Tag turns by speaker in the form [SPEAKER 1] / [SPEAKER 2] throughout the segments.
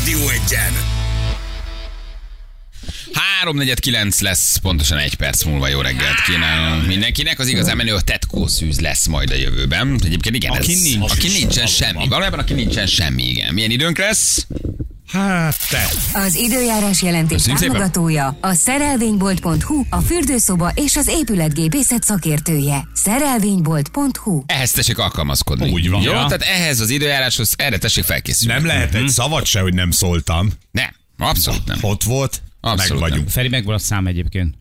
[SPEAKER 1] Engedjen!
[SPEAKER 2] 3.49 lesz, pontosan egy perc múlva jó reggelt kívánunk mindenkinek. Az igazán menő a tetkó szűz lesz majd a jövőben. Egyébként igen,
[SPEAKER 3] Aki
[SPEAKER 2] ez,
[SPEAKER 3] nincs.
[SPEAKER 2] aki nincsen semmi. Valójában aki nincsen semmi, igen. Milyen időnk lesz?
[SPEAKER 3] Hát te.
[SPEAKER 4] Az időjárás jelentés
[SPEAKER 2] Köszönjük szépen.
[SPEAKER 4] támogatója a szerelvénybolt.hu, a fürdőszoba és az épületgépészet szakértője. Szerelvénybolt.hu
[SPEAKER 2] Ehhez tessék alkalmazkodni.
[SPEAKER 3] Úgy van.
[SPEAKER 2] Jó,
[SPEAKER 3] Ja.
[SPEAKER 2] tehát ehhez az időjáráshoz erre tessék felkészülni.
[SPEAKER 1] Nem lehet egy szavat se, hogy nem szóltam.
[SPEAKER 2] Nem, abszolút nem.
[SPEAKER 1] Ott volt,
[SPEAKER 2] Abszolút
[SPEAKER 1] meg
[SPEAKER 2] nem.
[SPEAKER 1] vagyunk.
[SPEAKER 5] Feri, megvan a szám egyébként.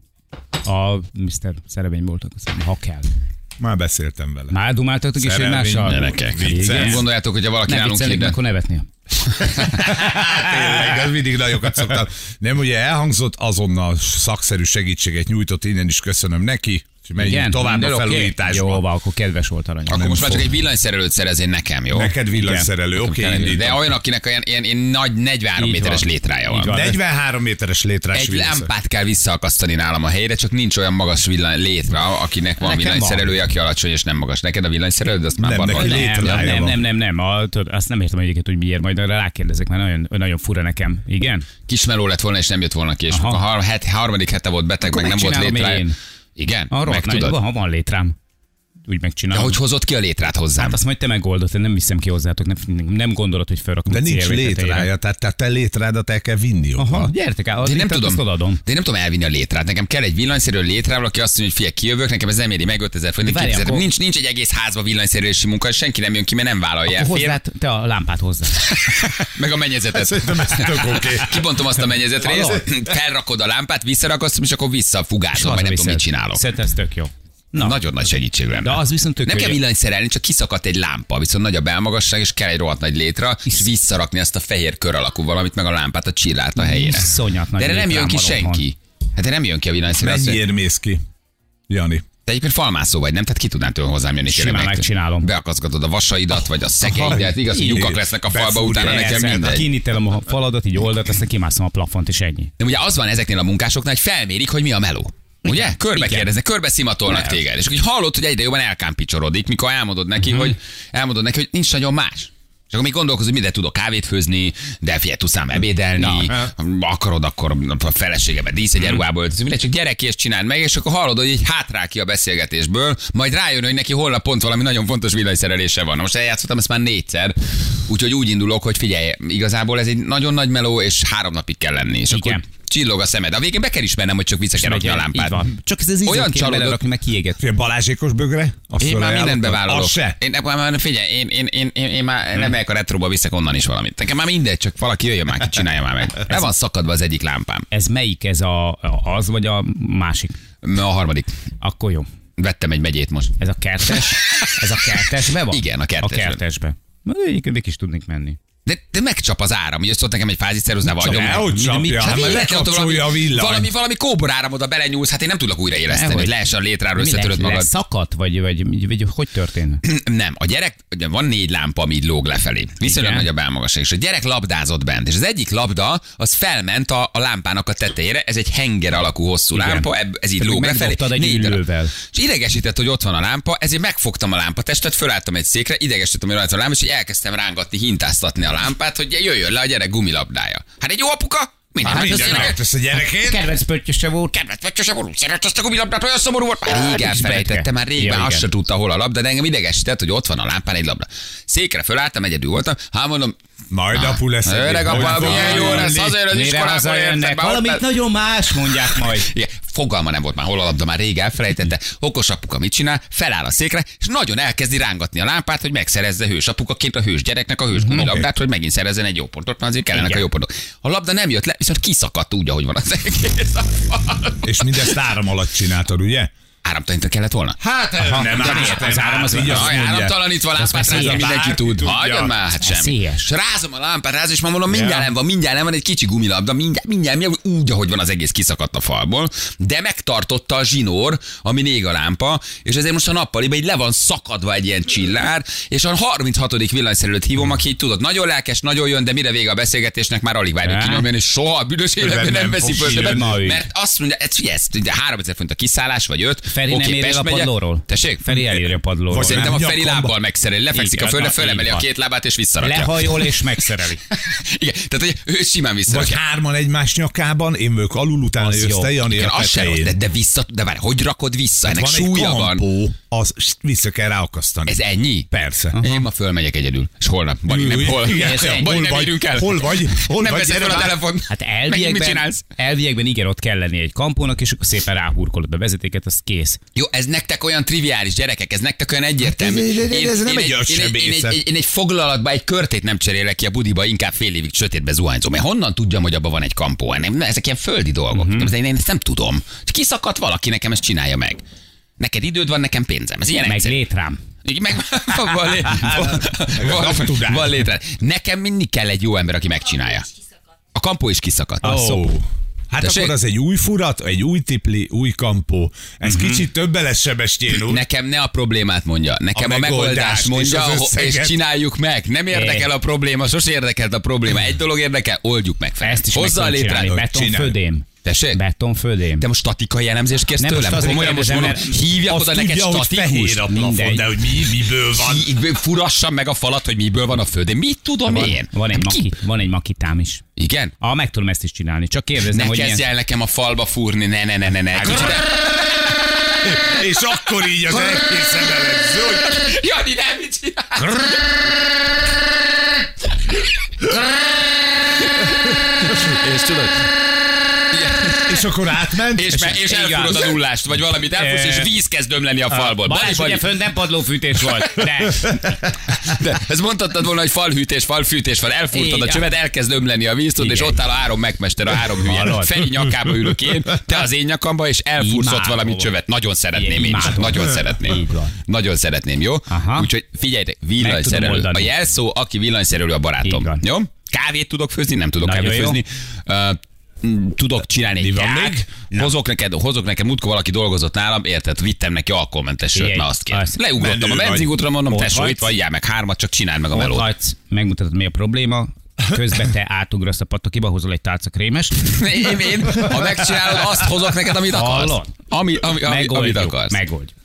[SPEAKER 5] A Mr. Szerevény voltak, ha kell.
[SPEAKER 1] Már beszéltem vele.
[SPEAKER 5] Már dumáltatok is
[SPEAKER 1] Szerelvény
[SPEAKER 5] egymással?
[SPEAKER 2] Gyerekek.
[SPEAKER 1] Vicces.
[SPEAKER 2] Nem gondoljátok, hogy ha valaki
[SPEAKER 5] Nem
[SPEAKER 2] nálunk
[SPEAKER 5] viccelnék,
[SPEAKER 2] hirdet...
[SPEAKER 5] akkor nevetnél.
[SPEAKER 1] Tényleg, az mindig nagyokat szoktam. Nem, ugye elhangzott, azonnal szakszerű segítséget nyújtott, innen is köszönöm neki. Úgyhogy Menjünk
[SPEAKER 5] Igen?
[SPEAKER 1] tovább
[SPEAKER 5] Minden
[SPEAKER 1] a
[SPEAKER 5] oké?
[SPEAKER 1] felújításba.
[SPEAKER 5] Jó, van, akkor kedves volt arany.
[SPEAKER 2] Akkor
[SPEAKER 1] Nem
[SPEAKER 2] most már csak
[SPEAKER 1] fog.
[SPEAKER 2] egy villanyszerelőt szerezél nekem, jó?
[SPEAKER 1] Neked villanyszerelő, oké,
[SPEAKER 2] Kell
[SPEAKER 1] okay,
[SPEAKER 2] egy- De olyan, akinek olyan ilyen, ilyen nagy 43
[SPEAKER 5] Így
[SPEAKER 2] méteres
[SPEAKER 5] van.
[SPEAKER 2] létrája
[SPEAKER 5] Így
[SPEAKER 2] van.
[SPEAKER 5] van.
[SPEAKER 1] 43 méteres létrás
[SPEAKER 2] Egy
[SPEAKER 1] villanyszerelő.
[SPEAKER 2] lámpát kell visszaakasztani nálam a helyére, csak nincs olyan magas villany létra, akinek van
[SPEAKER 5] Nekem
[SPEAKER 2] villanyszerelője, aki alacsony és nem magas. Neked a villanyszerelőd, azt már
[SPEAKER 1] Nem,
[SPEAKER 2] van.
[SPEAKER 1] nekem
[SPEAKER 2] vagy?
[SPEAKER 1] nincs.
[SPEAKER 5] Nem,
[SPEAKER 1] Létrája
[SPEAKER 5] nem, nem,
[SPEAKER 1] van.
[SPEAKER 5] nem, nem, nem. A, tudod, azt nem értem egyébként, hogy miért, majd arra rákérdezek, mert nagyon, nagyon fura nekem. Igen?
[SPEAKER 2] Kismeló lett volna, és nem jött volna ki, és
[SPEAKER 5] Aha.
[SPEAKER 2] a har- het, harmadik hete volt beteg,
[SPEAKER 5] Akkor
[SPEAKER 2] meg nem volt
[SPEAKER 5] megcsinálom
[SPEAKER 2] létrája.
[SPEAKER 5] én.
[SPEAKER 2] Igen,
[SPEAKER 5] A
[SPEAKER 2] meg
[SPEAKER 5] rohadt nagy-
[SPEAKER 2] tudod.
[SPEAKER 5] Ha van létrám, úgy
[SPEAKER 2] De
[SPEAKER 5] megcsinálom.
[SPEAKER 2] hogy hozott ki a létrát hozzám?
[SPEAKER 5] Hát azt majd te megoldod, én nem viszem ki hozzátok, nem, nem gondolod, hogy felrakom
[SPEAKER 1] De
[SPEAKER 5] a
[SPEAKER 1] nincs
[SPEAKER 5] célvétetejére.
[SPEAKER 1] létrája, tehát, tehát te létrádat el kell vinni
[SPEAKER 5] Aha,
[SPEAKER 1] oda.
[SPEAKER 5] gyertek el,
[SPEAKER 2] De én nem
[SPEAKER 5] létrát
[SPEAKER 2] tudom.
[SPEAKER 5] Azt odaadom.
[SPEAKER 2] De én nem tudom elvinni a létrát. Nekem kell egy villanyszerű létrával, aki azt mondja, hogy fia, kijövök, nekem ez nem éri meg 5000 forint,
[SPEAKER 5] Várj,
[SPEAKER 2] 2000.
[SPEAKER 5] akkor-
[SPEAKER 2] Nincs, nincs egy egész házba villanyszerűlési munka, és senki nem jön ki, mert nem vállalja el.
[SPEAKER 5] Akkor
[SPEAKER 2] Fél,
[SPEAKER 5] hozzád, te a lámpát hozzá.
[SPEAKER 2] meg a mennyezetet.
[SPEAKER 5] Hát
[SPEAKER 1] Szerintem ez tök oké.
[SPEAKER 2] Kibontom azt a mennyezet részt, felrakod a lámpát, visszarakasztom, és akkor visszafugázom, vagy Szóval nem tudom, mit csinálok.
[SPEAKER 5] Szerintem ez tök jó. Na,
[SPEAKER 2] Nagyon nagy segítség lenne.
[SPEAKER 5] de az viszont tök
[SPEAKER 2] nem
[SPEAKER 5] jó,
[SPEAKER 2] kell
[SPEAKER 5] hogy-
[SPEAKER 2] villanyszerelni, csak kiszakadt egy lámpa, viszont nagy a belmagasság, és kell egy rohadt nagy létra, és visszarakni azt a fehér kör alakú valamit, meg a lámpát, a csillát a helyére.
[SPEAKER 5] Iszonyat nagy
[SPEAKER 2] De erre nem jön
[SPEAKER 5] létrám
[SPEAKER 2] ki
[SPEAKER 5] van otthon.
[SPEAKER 2] senki. Hát de nem jön ki a villanyszerelés.
[SPEAKER 1] Mennyiért mész ki, Jani?
[SPEAKER 2] Te egyébként falmászó vagy, nem? Tehát ki tudnál tőle hozzám jönni?
[SPEAKER 5] Simán
[SPEAKER 2] tényleg?
[SPEAKER 5] megcsinálom.
[SPEAKER 2] Beakaszgatod a vasaidat, vagy a szegeidet, igaz, hogy
[SPEAKER 1] így.
[SPEAKER 2] lyukak lesznek a falba
[SPEAKER 1] Befúrja.
[SPEAKER 2] utána nekem
[SPEAKER 5] Persze,
[SPEAKER 2] mindegy.
[SPEAKER 5] Kinyitelem Hát a faladat, így oldalt, aztán kimászom a plafont, és ennyi.
[SPEAKER 2] De ugye az van ezeknél a munkásoknál, hogy felmérik, hogy mi a meló. Ugye? Körbe kérdeznek, körbe szimatolnak téged. És akkor így hallod, hogy egyre jobban elkámpicsorodik, mikor elmondod neki, hogy elmondod neki, hogy nincs nagyon más. És akkor még gondolkozol, hogy mindent tudok kávét főzni, de figyelj, tudsz ám ebédelni, ha akarod, akkor a feleségemet dísz egy eruhába öltözünk, mindegy, csak gyerek és csináld meg, és akkor hallod, hogy egy hátrál ki a beszélgetésből, majd rájön, hogy neki holnap pont valami nagyon fontos villanyszerelése van. Na Most eljátszottam ezt már négyszer, úgyhogy úgy indulok, hogy figyelj, igazából ez egy nagyon nagy meló, és három napig kell lenni. És akkor
[SPEAKER 5] Igen.
[SPEAKER 2] csillog a szemed. A végén be kell ismernem, hogy csak vissza kell rakni a
[SPEAKER 5] Így
[SPEAKER 2] lámpát.
[SPEAKER 5] van. Csak ez az
[SPEAKER 2] Olyan
[SPEAKER 5] izzót kell
[SPEAKER 2] csalódott-
[SPEAKER 5] belerakni, meg kiéget.
[SPEAKER 1] Fél Balázsékos bögre? Azt
[SPEAKER 2] Én már mindent
[SPEAKER 1] felajánlottad?
[SPEAKER 2] bevállalok. Hát
[SPEAKER 1] Az se?
[SPEAKER 2] Én, én, már- figyelj, én, én, én, én, én már
[SPEAKER 1] Hm.
[SPEAKER 2] nem megyek a retróba, viszek onnan is valamit. Nekem már mindegy, csak valaki jöjjön már ki, csinálja már meg. Le van szakadva az egyik lámpám.
[SPEAKER 5] Ez melyik, ez a, az vagy a másik?
[SPEAKER 2] A harmadik.
[SPEAKER 5] Akkor jó.
[SPEAKER 2] Vettem egy megyét most.
[SPEAKER 5] Ez a kertes? Ez a kertesbe van?
[SPEAKER 2] Igen, a kertesbe.
[SPEAKER 5] A kertesbe. Na, de egyébként ők is tudnék menni.
[SPEAKER 2] De, de megcsap az áram, jössz ott nekem egy fáziszerúznál, vagy
[SPEAKER 1] Csak elhogy csapja, hát már lekapcsolja a villany.
[SPEAKER 2] valami, valami kóboráram oda belenyúlsz, hát én nem tudlak újraéleszteni, hogy
[SPEAKER 5] Dehogy.
[SPEAKER 2] lehessen a létráról
[SPEAKER 5] Minek?
[SPEAKER 2] összetöröd magad.
[SPEAKER 5] Leszakadt, vagy, vagy, vagy, vagy hogy történt?
[SPEAKER 2] nem, a gyerek, ugye van négy lámpa, ami így lóg lefelé. Viszonylag
[SPEAKER 5] Igen.
[SPEAKER 2] nagy a belmagasság, és a gyerek labdázott bent, és az egyik labda, az felment a, a lámpának a tetejére, ez egy henger alakú hosszú
[SPEAKER 5] Igen.
[SPEAKER 2] lámpa, ebb, ez így
[SPEAKER 5] Tehát
[SPEAKER 2] lóg
[SPEAKER 5] még
[SPEAKER 2] lefelé.
[SPEAKER 5] megdobtad egy
[SPEAKER 2] darab.
[SPEAKER 5] üllővel.
[SPEAKER 2] És idegesített, hogy ott van a lámpa, ezért megfogtam a lámpatestet, fölálltam egy székre, idegesítettem, hogy rajta van a lámpa, és így elkezdtem rángatni, hintáztatni a lámpát, hogy jöjjön le a gyerek gumilabdája. Hát egy jó apuka? Minden, hát, hát
[SPEAKER 1] Mindent megtesz a gyerekét?
[SPEAKER 5] Kedvenc pöttyöse volt.
[SPEAKER 2] kedvet vegysem, úr, szeret azt a gubilabdát, olyan szomorú volt. Már rég
[SPEAKER 5] kis
[SPEAKER 2] elfelejtette,
[SPEAKER 5] Berke.
[SPEAKER 2] már
[SPEAKER 5] Ja,
[SPEAKER 2] rég már
[SPEAKER 5] igen.
[SPEAKER 2] azt se tudta, hol a labda, de engem idegesített, hogy ott van a lámpán egy labda. Székre fölálltam, egyedül voltam, hát mondom,
[SPEAKER 1] Majd apu lesz.
[SPEAKER 2] "Na, öreg
[SPEAKER 1] egyébként.
[SPEAKER 2] apa, milyen jó lesz, azért az
[SPEAKER 5] Mire
[SPEAKER 2] iskolába értek
[SPEAKER 5] hazajönnek?
[SPEAKER 2] be, ott
[SPEAKER 5] Valamit
[SPEAKER 2] lesz."
[SPEAKER 5] nagyon más mondják majd.
[SPEAKER 2] Igen, fogalma nem volt már, hol a labda, már rég elfelejtette. Okos apuka mit csinál? Feláll a székre, és nagyon elkezdi rángatni a lámpát, hogy megszerezze hős apukaként a hős gyereknek a hős labdát, hogy megint szerezzen egy jó pontot, mert azért kellenek
[SPEAKER 5] Mhm. Igen.
[SPEAKER 2] a jó pontok. A labda nem jött le, viszont kiszakadt úgy, ahogy van az egész. a fal.
[SPEAKER 1] És mindezt áram alatt csináltad, ugye?
[SPEAKER 2] Áramtalanítani kellett volna?
[SPEAKER 1] Hát nem áram,
[SPEAKER 5] az áram az
[SPEAKER 1] így
[SPEAKER 5] így
[SPEAKER 1] azt
[SPEAKER 2] Aj,
[SPEAKER 1] mondják.
[SPEAKER 2] áramtalanítva a lámpát,
[SPEAKER 5] már
[SPEAKER 2] rázom,
[SPEAKER 5] széles.
[SPEAKER 2] mindenki
[SPEAKER 1] Bárki
[SPEAKER 2] tud.
[SPEAKER 1] tudja.
[SPEAKER 2] Hagyjon már, hát
[SPEAKER 5] Ez
[SPEAKER 2] semmi.
[SPEAKER 5] széles.
[SPEAKER 2] És rázom a lámpát, rázom, és már mondom, mindjárt nem van, mindjárt nem van, egy kicsi gumilabda, mindjárt, mindjárt, mindjárt, úgy, ahogy van az egész kiszakadt a falból, de megtartotta a zsinór, ami még a lámpa, és ezért most a nappaliba így le van szakadva egy ilyen csillár, és a 36. villanyszerelőt hívom, aki így tudod, nagyon lelkes, nagyon jön, de mire vége a beszélgetésnek, már alig várjuk
[SPEAKER 5] Á.
[SPEAKER 2] kinyomjon, és soha a büdös életben
[SPEAKER 1] nem
[SPEAKER 2] nem veszi
[SPEAKER 1] fog
[SPEAKER 2] föl többet,
[SPEAKER 1] kijönni.
[SPEAKER 2] mert azt mondja, ez figyelj, ez ugye 3000 font a kiszállás, vagy 5,
[SPEAKER 5] Feri nem
[SPEAKER 2] Oké,
[SPEAKER 5] ér el
[SPEAKER 2] Pest
[SPEAKER 5] a
[SPEAKER 2] megye-
[SPEAKER 5] padlóról?
[SPEAKER 2] Tessék?
[SPEAKER 5] Feri elér a padlóról.
[SPEAKER 2] Vagy szerintem a
[SPEAKER 1] nem, hát
[SPEAKER 2] Feri
[SPEAKER 1] nyakomba.
[SPEAKER 2] lábbal megszereli, lefekszik
[SPEAKER 5] Így
[SPEAKER 2] a földre,
[SPEAKER 5] van,
[SPEAKER 2] fölemeli
[SPEAKER 5] így
[SPEAKER 2] a
[SPEAKER 5] van.
[SPEAKER 2] két lábát és visszarakja.
[SPEAKER 5] Lehajol és megszereli.
[SPEAKER 2] Igen, tehát hogy ő simán
[SPEAKER 1] Vagy
[SPEAKER 2] visszarakja.
[SPEAKER 1] hárman egymás nyakában, én vagyok alul, utána
[SPEAKER 5] Az
[SPEAKER 1] jössz
[SPEAKER 5] jó.
[SPEAKER 1] te, Jani,
[SPEAKER 2] Igen,
[SPEAKER 1] a
[SPEAKER 2] az se rossz,
[SPEAKER 1] tetején. Hát
[SPEAKER 2] de, de vissza, de várj, hogy rakod vissza? Ennek
[SPEAKER 1] Van egy
[SPEAKER 2] súlya van.
[SPEAKER 1] kampó, az st, vissza kell ráakasztani.
[SPEAKER 2] Ez ennyi?
[SPEAKER 1] Persze.
[SPEAKER 2] Én ma fölmegyek egyedül, és holnap. Vagy nem,
[SPEAKER 1] Ülj,
[SPEAKER 2] hol,
[SPEAKER 1] igen,
[SPEAKER 2] vagy
[SPEAKER 1] hol
[SPEAKER 2] nem
[SPEAKER 1] vagy?
[SPEAKER 2] érünk el.
[SPEAKER 1] Hol vagy? Hol
[SPEAKER 2] nem
[SPEAKER 1] vagy?
[SPEAKER 2] veszed
[SPEAKER 1] Gyere
[SPEAKER 2] fel a
[SPEAKER 1] már.
[SPEAKER 2] telefon.
[SPEAKER 5] Hát
[SPEAKER 2] Megint mit
[SPEAKER 5] elviekben,
[SPEAKER 2] csinálsz?
[SPEAKER 5] elviekben igen, ott kell lenni egy kampónak, és akkor szépen ráhurkolod a vezetéket, az kész.
[SPEAKER 2] Jó, ez nektek olyan triviális, gyerekek, ez nektek olyan egyértelmű.
[SPEAKER 1] Hát ez- ez- ez
[SPEAKER 2] Én-
[SPEAKER 1] nem
[SPEAKER 2] én
[SPEAKER 1] egy
[SPEAKER 2] én egy, én, egy,
[SPEAKER 1] agysebészet.
[SPEAKER 2] én, egy foglalatba egy körtét nem cserélek ki a budiba, inkább fél évig sötétbe zuhányzom. Mert honnan tudjam, hogy abban van egy kampó? Hát Nem, ezek ilyen földi dolgok.
[SPEAKER 1] Mhm.
[SPEAKER 2] Mm-hmm. Én, én ezt nem tudom. Kiszakadt valaki, nekem ezt csinálja meg. Neked időd van, nekem pénzem. Ez ilyen
[SPEAKER 5] Meg
[SPEAKER 2] egyszerű.
[SPEAKER 5] létrám.
[SPEAKER 2] Így meg van, van, lé-
[SPEAKER 1] Hát,
[SPEAKER 2] van, van, van létre. Nekem mindig kell egy jó ember, aki megcsinálja. A kampó is kiszakadt.
[SPEAKER 1] Ó. Hát
[SPEAKER 2] Tessék?
[SPEAKER 1] akkor az egy új furat, egy új tipli, új kampó. Ez kicsit több lesz sebestjén úr.
[SPEAKER 2] Nekem Mhm. ne a problémát mondja, nekem
[SPEAKER 1] A
[SPEAKER 2] a, megoldást
[SPEAKER 1] megoldást
[SPEAKER 2] mondja,
[SPEAKER 1] és az
[SPEAKER 2] ho- és
[SPEAKER 1] összeget.
[SPEAKER 2] csináljuk meg. Nem érdekel a probléma, sose érdekelt a probléma. Egy dolog érdekel, oldjuk meg fel.
[SPEAKER 5] Ezt is
[SPEAKER 2] Hozzá a
[SPEAKER 5] meg tudom
[SPEAKER 2] létre.
[SPEAKER 5] csinálni. Betonfödém.
[SPEAKER 2] Tessék?
[SPEAKER 5] Betonfödém.
[SPEAKER 2] Te most statikai elemzést kérsz
[SPEAKER 5] Nem, most
[SPEAKER 2] tőlem?
[SPEAKER 5] azért
[SPEAKER 2] Komolyan most
[SPEAKER 5] kérdezem,
[SPEAKER 2] mondom,
[SPEAKER 5] mert
[SPEAKER 2] hívjak
[SPEAKER 1] Azt
[SPEAKER 2] oda neked
[SPEAKER 1] tudja, hogy
[SPEAKER 2] statikus?
[SPEAKER 1] fehér a plafon,
[SPEAKER 5] Mindegy.
[SPEAKER 1] de hogy mi, miből van.
[SPEAKER 2] Hí- Furassam meg a falat, hogy miből van a földön. Mit tudom
[SPEAKER 5] van,
[SPEAKER 2] én?
[SPEAKER 5] van,
[SPEAKER 2] Hát
[SPEAKER 5] egy
[SPEAKER 2] ki-
[SPEAKER 5] maki, van egy makitám is.
[SPEAKER 2] Igen?
[SPEAKER 5] Ah, meg tudom ezt is csinálni. Csak
[SPEAKER 2] Ne
[SPEAKER 5] kérdezem, hogy
[SPEAKER 2] kezdj
[SPEAKER 5] ilyen... Hát-
[SPEAKER 2] el nekem a falba fúrni, ne, ne, ne, ne, ne.
[SPEAKER 1] És akkor így az egész emeledző, hogy
[SPEAKER 2] Jani, nem, mit csinálsz? És tudod?
[SPEAKER 1] és akkor átment.
[SPEAKER 2] És, me- és elfúrod a nullást, vagy valamit elfúrsz, és víz kezd dömleni a falból.
[SPEAKER 5] Balázs, ugye fönn nem padlófűtés volt. De.
[SPEAKER 2] De ezt mondhattad volna, hogy falhűtés, falfűtés, fal, elfúrtad a
[SPEAKER 5] Igen.
[SPEAKER 2] csövet, elkezd ömleni a víz, tudod, és
[SPEAKER 5] Igen.
[SPEAKER 2] ott áll a három megmester, a három hülye.
[SPEAKER 5] Hallod?
[SPEAKER 2] Feri nyakába ülök én, te az én nyakamba, és elfúrszott
[SPEAKER 5] Imádom.
[SPEAKER 2] valami csövet. Nagyon szeretném
[SPEAKER 5] Igen,
[SPEAKER 2] én is.
[SPEAKER 5] imádom.
[SPEAKER 2] Nagyon szeretném.
[SPEAKER 5] Így van.
[SPEAKER 2] Nagyon szeretném, jó?
[SPEAKER 5] Aha.
[SPEAKER 2] Úgyhogy figyeljetek,
[SPEAKER 5] Meg tudom
[SPEAKER 2] villanyszerelő. A
[SPEAKER 5] oldani.
[SPEAKER 2] jelszó, aki villanyszerelő, a
[SPEAKER 5] Így
[SPEAKER 2] barátom.
[SPEAKER 5] van.
[SPEAKER 2] Jó? Kávét tudok főzni? Nem tudok
[SPEAKER 5] Nagyon
[SPEAKER 2] kávét
[SPEAKER 5] jó.
[SPEAKER 2] főzni. Ö, m, Tudok csinálni egy
[SPEAKER 1] van
[SPEAKER 2] teák.
[SPEAKER 1] még?
[SPEAKER 2] Hozok neked, hozok neked, múltkor valaki dolgozott nálam, érted, vittem neki alkoholmentes sört,
[SPEAKER 5] Igen.
[SPEAKER 2] na azt kér.
[SPEAKER 5] Azt.
[SPEAKER 2] Leugrottam
[SPEAKER 1] Menő
[SPEAKER 2] a
[SPEAKER 1] vagy.
[SPEAKER 2] benzinkútra, mondom,
[SPEAKER 5] Ott
[SPEAKER 2] tesó,
[SPEAKER 5] vagy.
[SPEAKER 2] itt vagy, jár meg hármat, csak csináld meg a melót.
[SPEAKER 5] Otthagysz, megmutatod, mi a probléma, közben te átugrasz a patakiba, hozol egy tálca krémest,
[SPEAKER 2] Én, én, ha megcsinálod, azt hozok neked, amit akarsz.
[SPEAKER 5] Hallod?
[SPEAKER 2] Ami, ami, ami, amit
[SPEAKER 5] megoldjuk,
[SPEAKER 2] akarsz.
[SPEAKER 5] megoldjuk.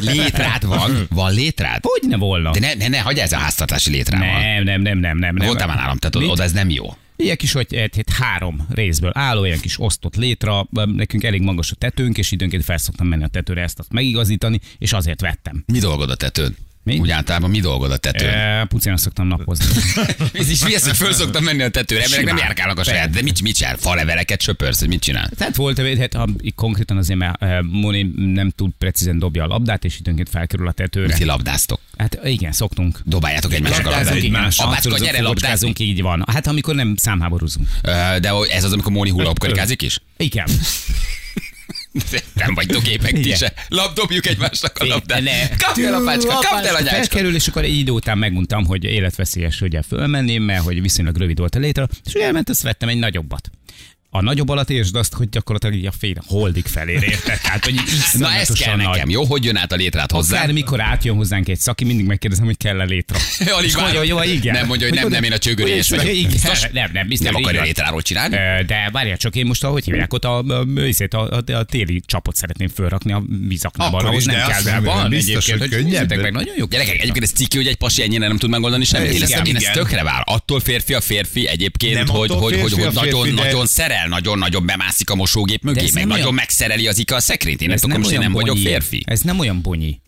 [SPEAKER 2] Létrád van? Van létrád?
[SPEAKER 5] Hogy ne volna?
[SPEAKER 2] De ne, ne, ne hagyj ez a háztartási létrával.
[SPEAKER 5] Nem, nem, nem, nem, nem. nem.
[SPEAKER 2] Voltál már nálam, tehát
[SPEAKER 5] Mit?
[SPEAKER 2] oda ez nem jó.
[SPEAKER 5] Ilyen kis, hogy egy, egy három részből álló, olyan kis osztott létra, nekünk elég magas a tetőnk, és időnként felszoktam menni a tetőre ezt azt megigazítani, és azért vettem.
[SPEAKER 2] Mi dolgod a tetőn?
[SPEAKER 5] Mi?
[SPEAKER 2] Úgy általában mi dolgod a tetőn?
[SPEAKER 5] E, Pucéna szoktam napozni.
[SPEAKER 2] Ez is mi ez, hogy föl szoktam menni a tetőre, emberek nem
[SPEAKER 5] Simán.
[SPEAKER 2] járkálnak a saját, de mit, mit csinál? Faleveleket söpörsz, hogy mit csinál?
[SPEAKER 5] Tehát volt, hát, ha, konkrétan azért, mert e, Moni nem túl precízen dobja a labdát, és időnként felkerül a tetőre.
[SPEAKER 2] Ti labdáztok.
[SPEAKER 5] Hát igen, szoktunk.
[SPEAKER 2] Dobáljátok egymásra a
[SPEAKER 5] Labdázunk,
[SPEAKER 2] labdát.
[SPEAKER 5] igen.
[SPEAKER 2] Apácska,
[SPEAKER 5] Harcolunk,
[SPEAKER 2] gyere labdázunk.
[SPEAKER 5] fogocskázunk, így van. Hát amikor nem számháborúzunk.
[SPEAKER 2] Ö, De ez az, amikor Móni hullapkarikázik is?
[SPEAKER 5] Igen.
[SPEAKER 2] Nem vagytok épek ti
[SPEAKER 5] Igen.
[SPEAKER 2] se. Labdobjuk egymásnak a labdát.
[SPEAKER 5] Ne.
[SPEAKER 2] Kapd el a pácska, kapd el a nyácska.
[SPEAKER 5] Felkerül, és akkor egy idő után megmondtam, hogy életveszélyes, hogy el fölmenném, mert hogy viszonylag rövid volt a létre, és ugye elment, azt vettem egy nagyobbat. A nagyobb alatt értsd azt, hogy gyakorlatilag így a fél holdig felé érted. Tehát, hogy így
[SPEAKER 2] Na ez kell
[SPEAKER 5] iszonyatosan nagy.
[SPEAKER 2] nekem, jó? Hogy jön át a létrát hozzá?
[SPEAKER 5] Akár mikor átjön hozzánk egy szaki, mindig megkérdezem, hogy kell-e létre.
[SPEAKER 2] Alig
[SPEAKER 5] És
[SPEAKER 2] várom.
[SPEAKER 5] mondja, hogy jó, igen.
[SPEAKER 2] Nem mondja, hogy nem, nem, én a csögörényes
[SPEAKER 5] Hogy-
[SPEAKER 2] vagyok.
[SPEAKER 5] Igen,
[SPEAKER 2] Biztos?
[SPEAKER 5] Nem, nem, biztos.
[SPEAKER 2] Nem
[SPEAKER 5] így
[SPEAKER 2] akarja
[SPEAKER 5] van.
[SPEAKER 2] létráról csinálni?
[SPEAKER 5] Ö, De várjál csak, én most, ahogy hívják, ott a, a, a, a, a téli csapot szeretném fölrakni a vízaknában,
[SPEAKER 1] Akkor
[SPEAKER 5] ahhoz
[SPEAKER 1] is, de
[SPEAKER 5] nem
[SPEAKER 1] azt
[SPEAKER 5] kell, de
[SPEAKER 1] nem
[SPEAKER 5] van
[SPEAKER 1] biztos,
[SPEAKER 5] egyébként,
[SPEAKER 1] hogy
[SPEAKER 5] hogy
[SPEAKER 1] könnyebb.
[SPEAKER 5] nézzétek meg, nagyon jó.
[SPEAKER 2] Gyerekek, egyébként ez ciki, hogy egy pasi ennyire nem tud megoldani semmit. Én, ezt,
[SPEAKER 5] Igen,
[SPEAKER 2] én ezt
[SPEAKER 1] igen.
[SPEAKER 2] tökre vár. Attól férfi a férfi egyébként,
[SPEAKER 1] Nem
[SPEAKER 2] hogy,
[SPEAKER 1] attól
[SPEAKER 2] hogy,
[SPEAKER 1] férfi
[SPEAKER 2] hogy,
[SPEAKER 1] a
[SPEAKER 2] hogy
[SPEAKER 1] férfi,
[SPEAKER 2] nagyon,
[SPEAKER 1] de-
[SPEAKER 2] nagyon szerel, nagyon, nagyon bemászik a mosógép mögé,
[SPEAKER 5] ez
[SPEAKER 2] meg
[SPEAKER 5] nem
[SPEAKER 2] nagyon
[SPEAKER 5] olyan-
[SPEAKER 2] megszereli az ika a szekrényt. Én ezt akkor most én nem vagyok
[SPEAKER 5] bonyi.
[SPEAKER 2] férfi.
[SPEAKER 5] Ez nem olyan bonyi.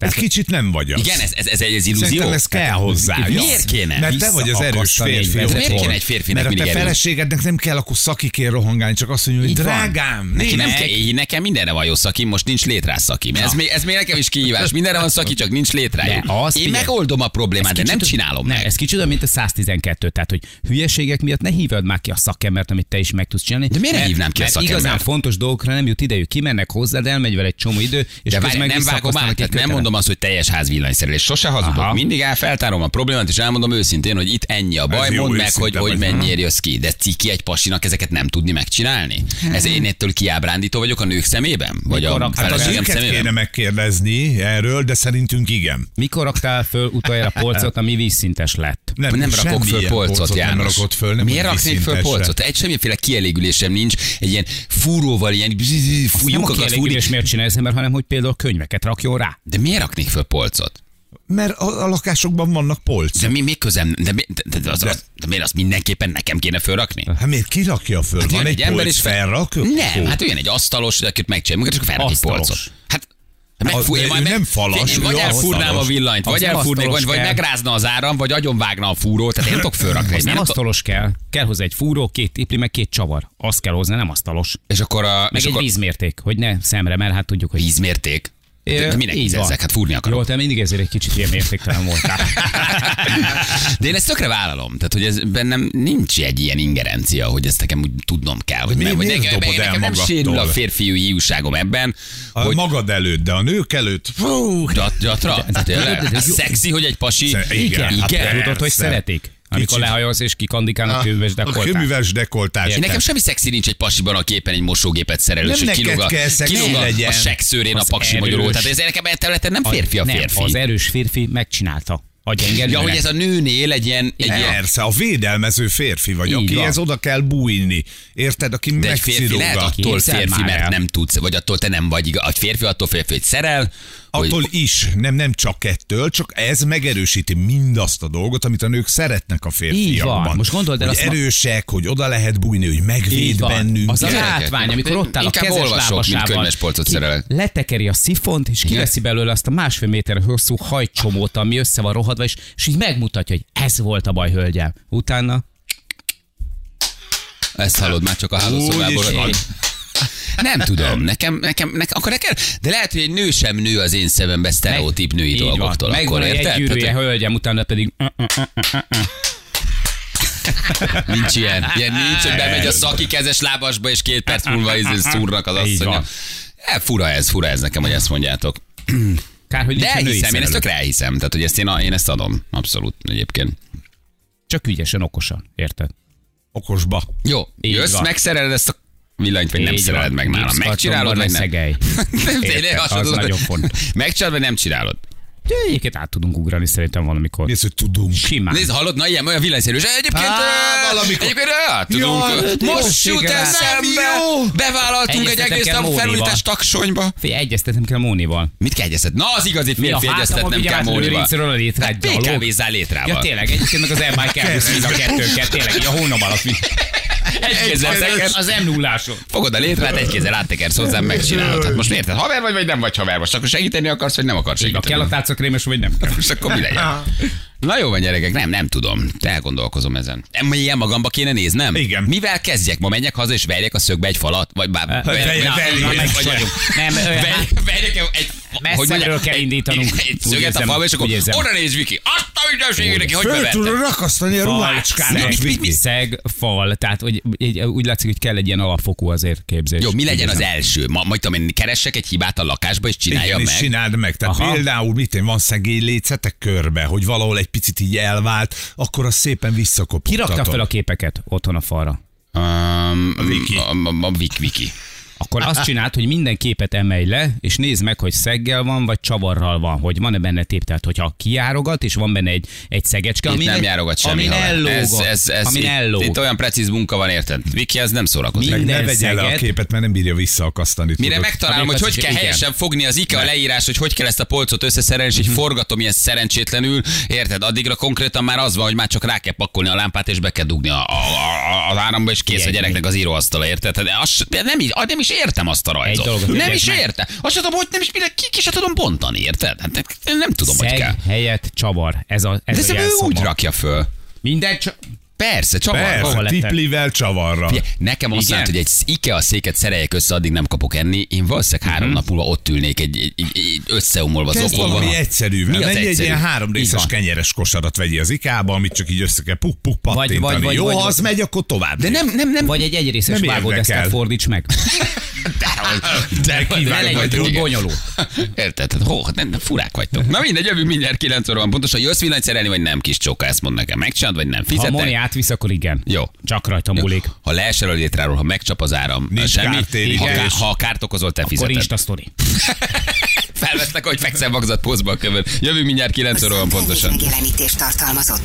[SPEAKER 1] Ez kicsit nem vagy az.
[SPEAKER 2] Igen, ez, ez, ez egy ez
[SPEAKER 1] Szerintem
[SPEAKER 2] illúzió. Hát,
[SPEAKER 1] ez kell hozzá.
[SPEAKER 2] Miért kéne?
[SPEAKER 1] Mert te
[SPEAKER 5] Vissza
[SPEAKER 1] vagy az erős
[SPEAKER 5] akartam
[SPEAKER 1] férfi.
[SPEAKER 5] egy
[SPEAKER 1] otthon.
[SPEAKER 2] Miért kéne egy férfinek
[SPEAKER 1] Mert a te
[SPEAKER 2] mindig erős?
[SPEAKER 1] feleségednek nem kell akkor szakikén rohangálni, csak azt mondja, hogy
[SPEAKER 5] Így van.
[SPEAKER 1] drágám,
[SPEAKER 2] Neki nem
[SPEAKER 1] nézd,
[SPEAKER 2] kell, én nekem mindenre van jó szakim, most nincs létrá szakim. Ez még, ez még nekem is kihívás. Mindenre van szaki, csak nincs létrája.
[SPEAKER 5] De az
[SPEAKER 2] Én
[SPEAKER 5] figyelj.
[SPEAKER 2] megoldom a problémát, de nem csinálom
[SPEAKER 5] nem,
[SPEAKER 2] meg.
[SPEAKER 5] Ez kicsit olyan, mint a 112, tehát hogy hülyeségek miatt ne hívjad már ki a szakembert, amit te is meg tudsz csinálni.
[SPEAKER 2] De miért ne
[SPEAKER 5] Mert-
[SPEAKER 2] hívnám ki a
[SPEAKER 5] mert
[SPEAKER 2] szakembert?
[SPEAKER 5] Igazán fontos dolgokra nem jut idejük, kimennek hozzád, elmegy vele egy csomó idő, és
[SPEAKER 2] De
[SPEAKER 5] közben
[SPEAKER 2] várj, nem
[SPEAKER 5] meg
[SPEAKER 2] vágom
[SPEAKER 5] visszakasztanak
[SPEAKER 2] át,
[SPEAKER 5] egy
[SPEAKER 2] tehát nem
[SPEAKER 5] kötelet.
[SPEAKER 2] mondom azt, hogy teljes ház villanyszerelés. Sose hazudok. Aha.
[SPEAKER 5] Aha.
[SPEAKER 2] Mindig el feltárom a problémát, és elmondom őszintén, hogy itt ennyi a baj,
[SPEAKER 1] Ez jó,
[SPEAKER 2] mondd meg,
[SPEAKER 1] őszinte
[SPEAKER 2] hogy, hogy
[SPEAKER 1] vagy.
[SPEAKER 2] mennyire jössz ki. De ciki egy pasinak ezeket nem tudni megcsinálni. Ez én ettől kiábrándító vagyok a nők szemében? Vagy
[SPEAKER 5] Mikor
[SPEAKER 2] a
[SPEAKER 5] rakták
[SPEAKER 1] Hát az
[SPEAKER 2] feleségem
[SPEAKER 1] őket kéne
[SPEAKER 2] szemében?
[SPEAKER 1] megkérdezni erről, de szerintünk igen.
[SPEAKER 5] Mikor raktál föl utoljára polcot, ami vízszintes lett?
[SPEAKER 2] Nem,
[SPEAKER 5] polcot.
[SPEAKER 2] nem
[SPEAKER 1] semmilyen
[SPEAKER 2] rakok föl polcot, János.
[SPEAKER 1] Nem rakott föl, nem
[SPEAKER 2] Miért
[SPEAKER 1] úgy
[SPEAKER 2] raknék föl
[SPEAKER 1] vízszintes se.
[SPEAKER 2] polcot? Egy semmiféle kielégülésem nincs, egy ilyen fúróval, ilyen bzzz, fú,
[SPEAKER 5] Nem a
[SPEAKER 2] lyukakat fúrni.
[SPEAKER 5] kielégülés miért csinálja az ember, hanem hogy például könyveket rakjon rá.
[SPEAKER 2] De miért raknék föl polcot?
[SPEAKER 1] Mert a, a lakásokban vannak polcok.
[SPEAKER 2] De mi, mi közem, de, mi, de, de, az, de. Az, de miért azt mindenképpen nekem kéne fölrakni?
[SPEAKER 1] Hát miért kirakja föl? Hát
[SPEAKER 2] Jön
[SPEAKER 1] van egy, ember polc,
[SPEAKER 2] és
[SPEAKER 1] és
[SPEAKER 2] fel-
[SPEAKER 1] felrak?
[SPEAKER 2] Nem, hát olyan egy asztalos, akit megcsináljuk, csak felrak egy
[SPEAKER 5] Asztalos.
[SPEAKER 2] polcot. Hát meg,
[SPEAKER 1] Az- ő nem falas,
[SPEAKER 2] Figyelj,
[SPEAKER 1] ő
[SPEAKER 2] vagy
[SPEAKER 1] asztalos.
[SPEAKER 2] elfúrnám a villanyt,
[SPEAKER 5] Az
[SPEAKER 2] vagy
[SPEAKER 5] nem
[SPEAKER 2] elfúrnék, vagy,
[SPEAKER 5] asztalos
[SPEAKER 2] vagy
[SPEAKER 5] kell.
[SPEAKER 2] megrázna az áram, vagy agyonvágna a fúró, tehát én nem tudok fölrakni.
[SPEAKER 5] Az
[SPEAKER 2] Én nem
[SPEAKER 5] nem
[SPEAKER 2] tudok-
[SPEAKER 5] asztalos kell. Kell hozzá egy fúró, két tipli, meg két csavar. Azt kell hozzá, nem asztalos.
[SPEAKER 2] És akkor a...
[SPEAKER 5] Meg
[SPEAKER 2] és
[SPEAKER 5] egy
[SPEAKER 2] akkor
[SPEAKER 5] vízmérték, hogy ne szemre, mert hát tudjuk, hogy
[SPEAKER 2] vízmérték.
[SPEAKER 5] Ö,
[SPEAKER 2] De de minek
[SPEAKER 5] így van.
[SPEAKER 2] vízezzek? Hát fúrni akarok.
[SPEAKER 5] Jó, te mindig ezért egy kicsit ilyen mértéktelen voltál.
[SPEAKER 2] De én ezt tökre vállalom. Tehát, hogy ez bennem nincs egy ilyen ingerencia, hogy ezt nekem úgy tudnom kell, hogy
[SPEAKER 1] Mi-
[SPEAKER 2] nem. Vagy
[SPEAKER 1] miért
[SPEAKER 2] nekem,
[SPEAKER 1] dobod el
[SPEAKER 2] nekem nem
[SPEAKER 1] magadtól?
[SPEAKER 2] sérül a férfiúi újságom ebben,
[SPEAKER 1] A
[SPEAKER 2] hogy
[SPEAKER 1] magad előtt, de a nők előtt. Fú,
[SPEAKER 2] Gyat, gyatra? Tényleg? Ez Szexi, hogy egy pasi?
[SPEAKER 1] Sze- igen. Hát
[SPEAKER 2] igen.
[SPEAKER 5] Tudod, hogy
[SPEAKER 1] Persze.
[SPEAKER 5] szeretik? Amikor
[SPEAKER 1] Kicsit.
[SPEAKER 5] lehajolsz és
[SPEAKER 2] Ah,
[SPEAKER 5] kikandikálnak kövös
[SPEAKER 1] a
[SPEAKER 5] dekoltát.
[SPEAKER 1] köműves dekoltás.
[SPEAKER 2] Én nekem semmi szexi nincs egy pasiban, aki éppen egy mosógépet szerel,
[SPEAKER 1] Nem
[SPEAKER 2] és hogy
[SPEAKER 1] neked
[SPEAKER 2] kilóg a,
[SPEAKER 1] kell szexi
[SPEAKER 2] kilóg a,
[SPEAKER 1] legyen.
[SPEAKER 2] a sekszőrén a
[SPEAKER 5] Az
[SPEAKER 2] paksi
[SPEAKER 5] erős.
[SPEAKER 2] magyarul. Tehát ez nekem egy területen nem férfi a
[SPEAKER 5] nem,
[SPEAKER 2] férfi.
[SPEAKER 5] az erős férfi megcsinálta. A gyenge
[SPEAKER 2] ja, hogy
[SPEAKER 5] nőnek.
[SPEAKER 2] ez a nőnél egy ilyen... Egy ilyen
[SPEAKER 1] Persze, a védelmező férfi vagy,
[SPEAKER 5] Így van.
[SPEAKER 1] akihez oda kell bújni. Érted, aki
[SPEAKER 2] de egy férfi lehet
[SPEAKER 1] megcirulgat.
[SPEAKER 2] attól
[SPEAKER 5] Képzeld
[SPEAKER 2] férfi,
[SPEAKER 5] már
[SPEAKER 2] mert
[SPEAKER 5] el.
[SPEAKER 2] nem tudsz, vagy attól te nem vagy igaz. A férfi attól férfi, hogy szerel, hogy
[SPEAKER 1] Attól is, nem, nem csak ettől, csak ez megerősíti mindazt a dolgot, amit a nők szeretnek a férfiakban.
[SPEAKER 5] Így van. Most gondold el
[SPEAKER 1] hogy
[SPEAKER 5] azt ma-
[SPEAKER 1] erősek, hogy oda lehet bújni, hogy megvéd
[SPEAKER 5] Így van.
[SPEAKER 1] bennünket.
[SPEAKER 5] Az a
[SPEAKER 2] Gyerekek,
[SPEAKER 5] látvány, amikor ott áll a
[SPEAKER 2] inkább
[SPEAKER 5] kezes
[SPEAKER 2] olvasok, mint
[SPEAKER 5] lábasával,
[SPEAKER 2] könyvespolcot
[SPEAKER 5] ki
[SPEAKER 2] szerelek.
[SPEAKER 5] Letekeri a szifont, és kiveszi belőle azt a másfél méter hosszú hajcsomót, ami össze van rohadva, és, és így megmutatja, hogy ez volt a baj, hölgyem. Utána
[SPEAKER 2] Ezt hallod már csak a
[SPEAKER 1] Úgy is
[SPEAKER 2] hálószobából.
[SPEAKER 1] van.
[SPEAKER 2] Nem tudom, nekem, nekem, nekem, akkor nekem, de lehet, hogy egy nő sem nő az én szememben sztereotíp női
[SPEAKER 5] Így van.
[SPEAKER 2] dolgoktól.
[SPEAKER 5] Megvan
[SPEAKER 2] Akkor
[SPEAKER 5] egy
[SPEAKER 2] érted?
[SPEAKER 5] gyűrűje,
[SPEAKER 2] Tehát,
[SPEAKER 5] hölgyem, utána pedig mm,
[SPEAKER 2] hogy nincs ilyen, ilyen nincs, hogy bemegy a szaki kezes lábasba, és két perc múlva izé szúrnak az
[SPEAKER 5] Így
[SPEAKER 2] asszonyom.
[SPEAKER 5] van.
[SPEAKER 2] E, fura ez, fura ez nekem, hogy ezt mondjátok.
[SPEAKER 5] kár, hogy
[SPEAKER 2] De
[SPEAKER 5] nincs női
[SPEAKER 2] elhiszem, én ezt
[SPEAKER 5] szerelő.
[SPEAKER 2] tökre elhiszem. Tehát, hogy ezt én, én ezt adom. Abszolút egyébként.
[SPEAKER 5] Csak ügyesen, okosan, érted?
[SPEAKER 1] Okosba.
[SPEAKER 2] Jó,
[SPEAKER 5] Így
[SPEAKER 2] jössz,
[SPEAKER 5] van.
[SPEAKER 2] megszereled ezt a villanyt, vagy nem
[SPEAKER 5] Így
[SPEAKER 2] szereled
[SPEAKER 5] van.
[SPEAKER 2] meg nálam. Megcsinálod,
[SPEAKER 5] Gipszkartonban
[SPEAKER 2] vagy
[SPEAKER 5] ne
[SPEAKER 2] nem?
[SPEAKER 5] szegej.
[SPEAKER 2] Nem,
[SPEAKER 5] Érted,
[SPEAKER 2] tényleg, azt
[SPEAKER 5] az
[SPEAKER 2] mondod,
[SPEAKER 5] nagyon
[SPEAKER 2] hogy
[SPEAKER 5] fontos.
[SPEAKER 2] Megcsinálod, vagy nem csinálod?
[SPEAKER 5] De Egyébként át tudunk ugrani szerintem valamikor.
[SPEAKER 1] Mi az, hogy tudunk?
[SPEAKER 5] Simán.
[SPEAKER 2] Nézd, hallod, na ilyen, olyan villanyszerűs. Egyébként,
[SPEAKER 1] Á,
[SPEAKER 2] ö,
[SPEAKER 1] valamikor.
[SPEAKER 2] egyébként ö, tudunk,
[SPEAKER 1] Jaj,
[SPEAKER 2] ö,
[SPEAKER 1] de jó,
[SPEAKER 2] most jut
[SPEAKER 5] igen.
[SPEAKER 2] eszembe,
[SPEAKER 1] Nem jó.
[SPEAKER 2] bevállaltunk egy
[SPEAKER 5] Egyeztetem
[SPEAKER 2] egész
[SPEAKER 5] kell
[SPEAKER 2] nap
[SPEAKER 5] Mónival.
[SPEAKER 2] felújítás taksonyba.
[SPEAKER 5] Figyelj, egyeztetem kell a Mónival.
[SPEAKER 2] Mit kell egyeztet? Na, az igazi
[SPEAKER 5] Mi a
[SPEAKER 2] férfi
[SPEAKER 5] hátam,
[SPEAKER 2] egyeztetnem
[SPEAKER 5] amígy
[SPEAKER 2] kell
[SPEAKER 5] átlő
[SPEAKER 2] Mónival.
[SPEAKER 5] rincről a létre
[SPEAKER 2] Hát
[SPEAKER 5] egy gyalog.
[SPEAKER 2] PKV-zzál létrával.
[SPEAKER 5] Ja tényleg, egyébként meg az M. Mike Elvis a kettőnket, tényleg, így a hónom alatt.
[SPEAKER 2] Egykezzel
[SPEAKER 5] Az,
[SPEAKER 2] tekersz.
[SPEAKER 5] az M 0
[SPEAKER 2] Fogod a létrát, Hát egy kézzel áttekersz hozzám, megcsinálod. Hát most érted, haver vagy, vagy nem vagy haver? Most akkor segíteni akarsz, vagy nem akarsz
[SPEAKER 5] A kell a
[SPEAKER 2] segíteni?
[SPEAKER 5] tárcakrémes, vagy nem kell.
[SPEAKER 2] Most akkor mi legyen? Na jó van, gyerekek, nem, nem tudom. Elgondolkozom ezen. Em- Ilyen magamba kéne néznem?
[SPEAKER 1] Igen.
[SPEAKER 2] Mivel kezdjek? Ma menjek haza és verjek a szögbe egy falat? Vagy bár...
[SPEAKER 5] Ö, verj- verj-
[SPEAKER 2] vagy-
[SPEAKER 5] meg
[SPEAKER 2] vagy-
[SPEAKER 5] vagyunk. Hát, Nem, ö,
[SPEAKER 2] Verj-
[SPEAKER 5] hát-
[SPEAKER 2] verjek egy...
[SPEAKER 5] Messzebbről
[SPEAKER 2] mondjam,
[SPEAKER 5] kell
[SPEAKER 2] egy-
[SPEAKER 5] indítanunk.
[SPEAKER 2] Egy, egy
[SPEAKER 5] Úgy
[SPEAKER 2] szöget a
[SPEAKER 5] érzem,
[SPEAKER 2] falba, és akkor
[SPEAKER 5] úgy érzem.
[SPEAKER 2] oda néz Viki. Azt a mindenségét neki, hogy
[SPEAKER 1] Föl
[SPEAKER 2] bevettem.
[SPEAKER 1] tudod rakasztani a
[SPEAKER 5] Fal,
[SPEAKER 1] ruhácskádat,
[SPEAKER 5] szeg,
[SPEAKER 1] Viki.
[SPEAKER 5] Szeg, fal, tehát hogy, így, úgy látszik, hogy kell egy ilyen alapfokú azért képzés.
[SPEAKER 2] Jó, mi legyen
[SPEAKER 5] Igen.
[SPEAKER 2] az első? Ma, majd tudom én, keressek egy hibát a lakásba, és csinálja
[SPEAKER 1] Igen, és
[SPEAKER 2] meg.
[SPEAKER 1] csináld meg. Tehát
[SPEAKER 5] Aha.
[SPEAKER 1] Aha. például, mit én, van szegélylécetek körbe, hogy valahol egy picit így elvált, akkor azt szépen
[SPEAKER 2] E-
[SPEAKER 5] Ki rakta
[SPEAKER 1] visszakopogtatod.
[SPEAKER 5] fel a képeket otthon a falra?
[SPEAKER 2] Um,
[SPEAKER 1] Viki.
[SPEAKER 2] A, a, a Vik, Viki.
[SPEAKER 5] Akkor azt csinált, hogy minden képet emelj le, és nézd meg, hogy szeggel van, vagy csavarral van, hogy van-e benne tép. Tehát, hogyha kiárogat, és van benne egy, egy szegecske,
[SPEAKER 2] Itt
[SPEAKER 5] ami
[SPEAKER 2] nem járogat semmi.
[SPEAKER 5] amin
[SPEAKER 2] haver.
[SPEAKER 5] ellóg,
[SPEAKER 2] ez, ez, ez,
[SPEAKER 5] amin
[SPEAKER 2] itt,
[SPEAKER 5] ellóg.
[SPEAKER 2] itt, olyan precíz munka van, érted? Viki, ez nem szórakozik.
[SPEAKER 5] Mind-
[SPEAKER 1] Ne
[SPEAKER 5] minden
[SPEAKER 1] vegye le a
[SPEAKER 5] szeget.
[SPEAKER 1] képet, mert nem bírja visszaakasztani.
[SPEAKER 2] Mire
[SPEAKER 1] tudod.
[SPEAKER 2] megtalálom,
[SPEAKER 5] Amíg
[SPEAKER 2] hogy
[SPEAKER 5] az
[SPEAKER 2] hogy
[SPEAKER 5] is-
[SPEAKER 2] kell
[SPEAKER 5] igen.
[SPEAKER 2] helyesen fogni az IKEA leírás, hogy hogy kell ezt a polcot összeszerelni, és így forgatom ilyen szerencsétlenül, érted? Addigra konkrétan már az van, hogy már csak rá kell pakkolni a lámpát, és be kell dugni a, a, a, az áramba, és kész a gyereknek az íróasztala, érted? Hát az, nem, így, nem is értem azt a
[SPEAKER 5] Egy dolgot
[SPEAKER 2] rajzot. Nem
[SPEAKER 5] figyelj
[SPEAKER 2] is
[SPEAKER 5] meg.
[SPEAKER 2] értem. Azt tudom, hogy nem is mire ki, ki se tudom bontani, érted? Hát nem- nem tudom, hogy kell.
[SPEAKER 5] Szeg helyett csavar. Ez a,
[SPEAKER 2] De
[SPEAKER 5] ez a
[SPEAKER 2] szerintem ő
[SPEAKER 5] jelszava.
[SPEAKER 2] úgy rakja föl.
[SPEAKER 5] Minden csak...
[SPEAKER 2] Persze, csavar.
[SPEAKER 1] Persze,
[SPEAKER 5] hova lett?
[SPEAKER 1] tiplivel, csavarral.
[SPEAKER 2] Figyelj, nekem azt
[SPEAKER 5] Igen.
[SPEAKER 2] jelenti, hogy egy IKEA széket szereljek össze, addig nem kapok enni. Én valószínűleg három nap múlva ott ülnék egy, egy, egy, egy összeomolva
[SPEAKER 1] Kezd
[SPEAKER 2] zokogva.
[SPEAKER 1] valami egyszerűvel.
[SPEAKER 2] Mi az
[SPEAKER 1] Menj egy
[SPEAKER 2] egyszerű?
[SPEAKER 1] ilyen három
[SPEAKER 2] Így
[SPEAKER 1] részes
[SPEAKER 2] van.
[SPEAKER 1] kenyeres kosarat vegyél az ikába, amit csak így össze kell puk puk pattintani.
[SPEAKER 5] vagy- vagy-
[SPEAKER 1] Jó,
[SPEAKER 5] vagy-
[SPEAKER 1] ha az megy, akkor tovább.
[SPEAKER 2] De nem, nem, nem.
[SPEAKER 5] Vagy egy egyrészes
[SPEAKER 1] Nem
[SPEAKER 5] vágod, ezt
[SPEAKER 1] érdekel.
[SPEAKER 5] fordíts meg.
[SPEAKER 2] de,
[SPEAKER 5] Ne legyen
[SPEAKER 2] vagytok,
[SPEAKER 5] túl
[SPEAKER 2] igen.
[SPEAKER 5] bonyolult.
[SPEAKER 2] Érted? Tehát, Hó, hát nem, nem, furák vagytok. Na mindegy, jövünk mindjárt 9 óra van. Pontosan jössz villanyt szerelni, vagy nem kis csóka, ezt mond nekem. Megcsinálod, vagy nem
[SPEAKER 5] Ha Moni
[SPEAKER 2] fizetek.
[SPEAKER 5] átvisz, akkor igen.
[SPEAKER 2] Jó.
[SPEAKER 5] Csak rajtam múlik.
[SPEAKER 2] Ha leesel a létráról, ha megcsap az áram,
[SPEAKER 1] Nincs
[SPEAKER 2] semmi. ha,
[SPEAKER 1] kártérítés.
[SPEAKER 2] ká- ha kárt okozol, te
[SPEAKER 5] Akkor
[SPEAKER 2] fizeted.
[SPEAKER 5] Insta sztori.
[SPEAKER 2] Felvesznek, hogy fekszem magzat pózba a kövön. Jövünk mindjárt 9 óra van pontosan.
[SPEAKER 4] megjelenítést tartalmazott.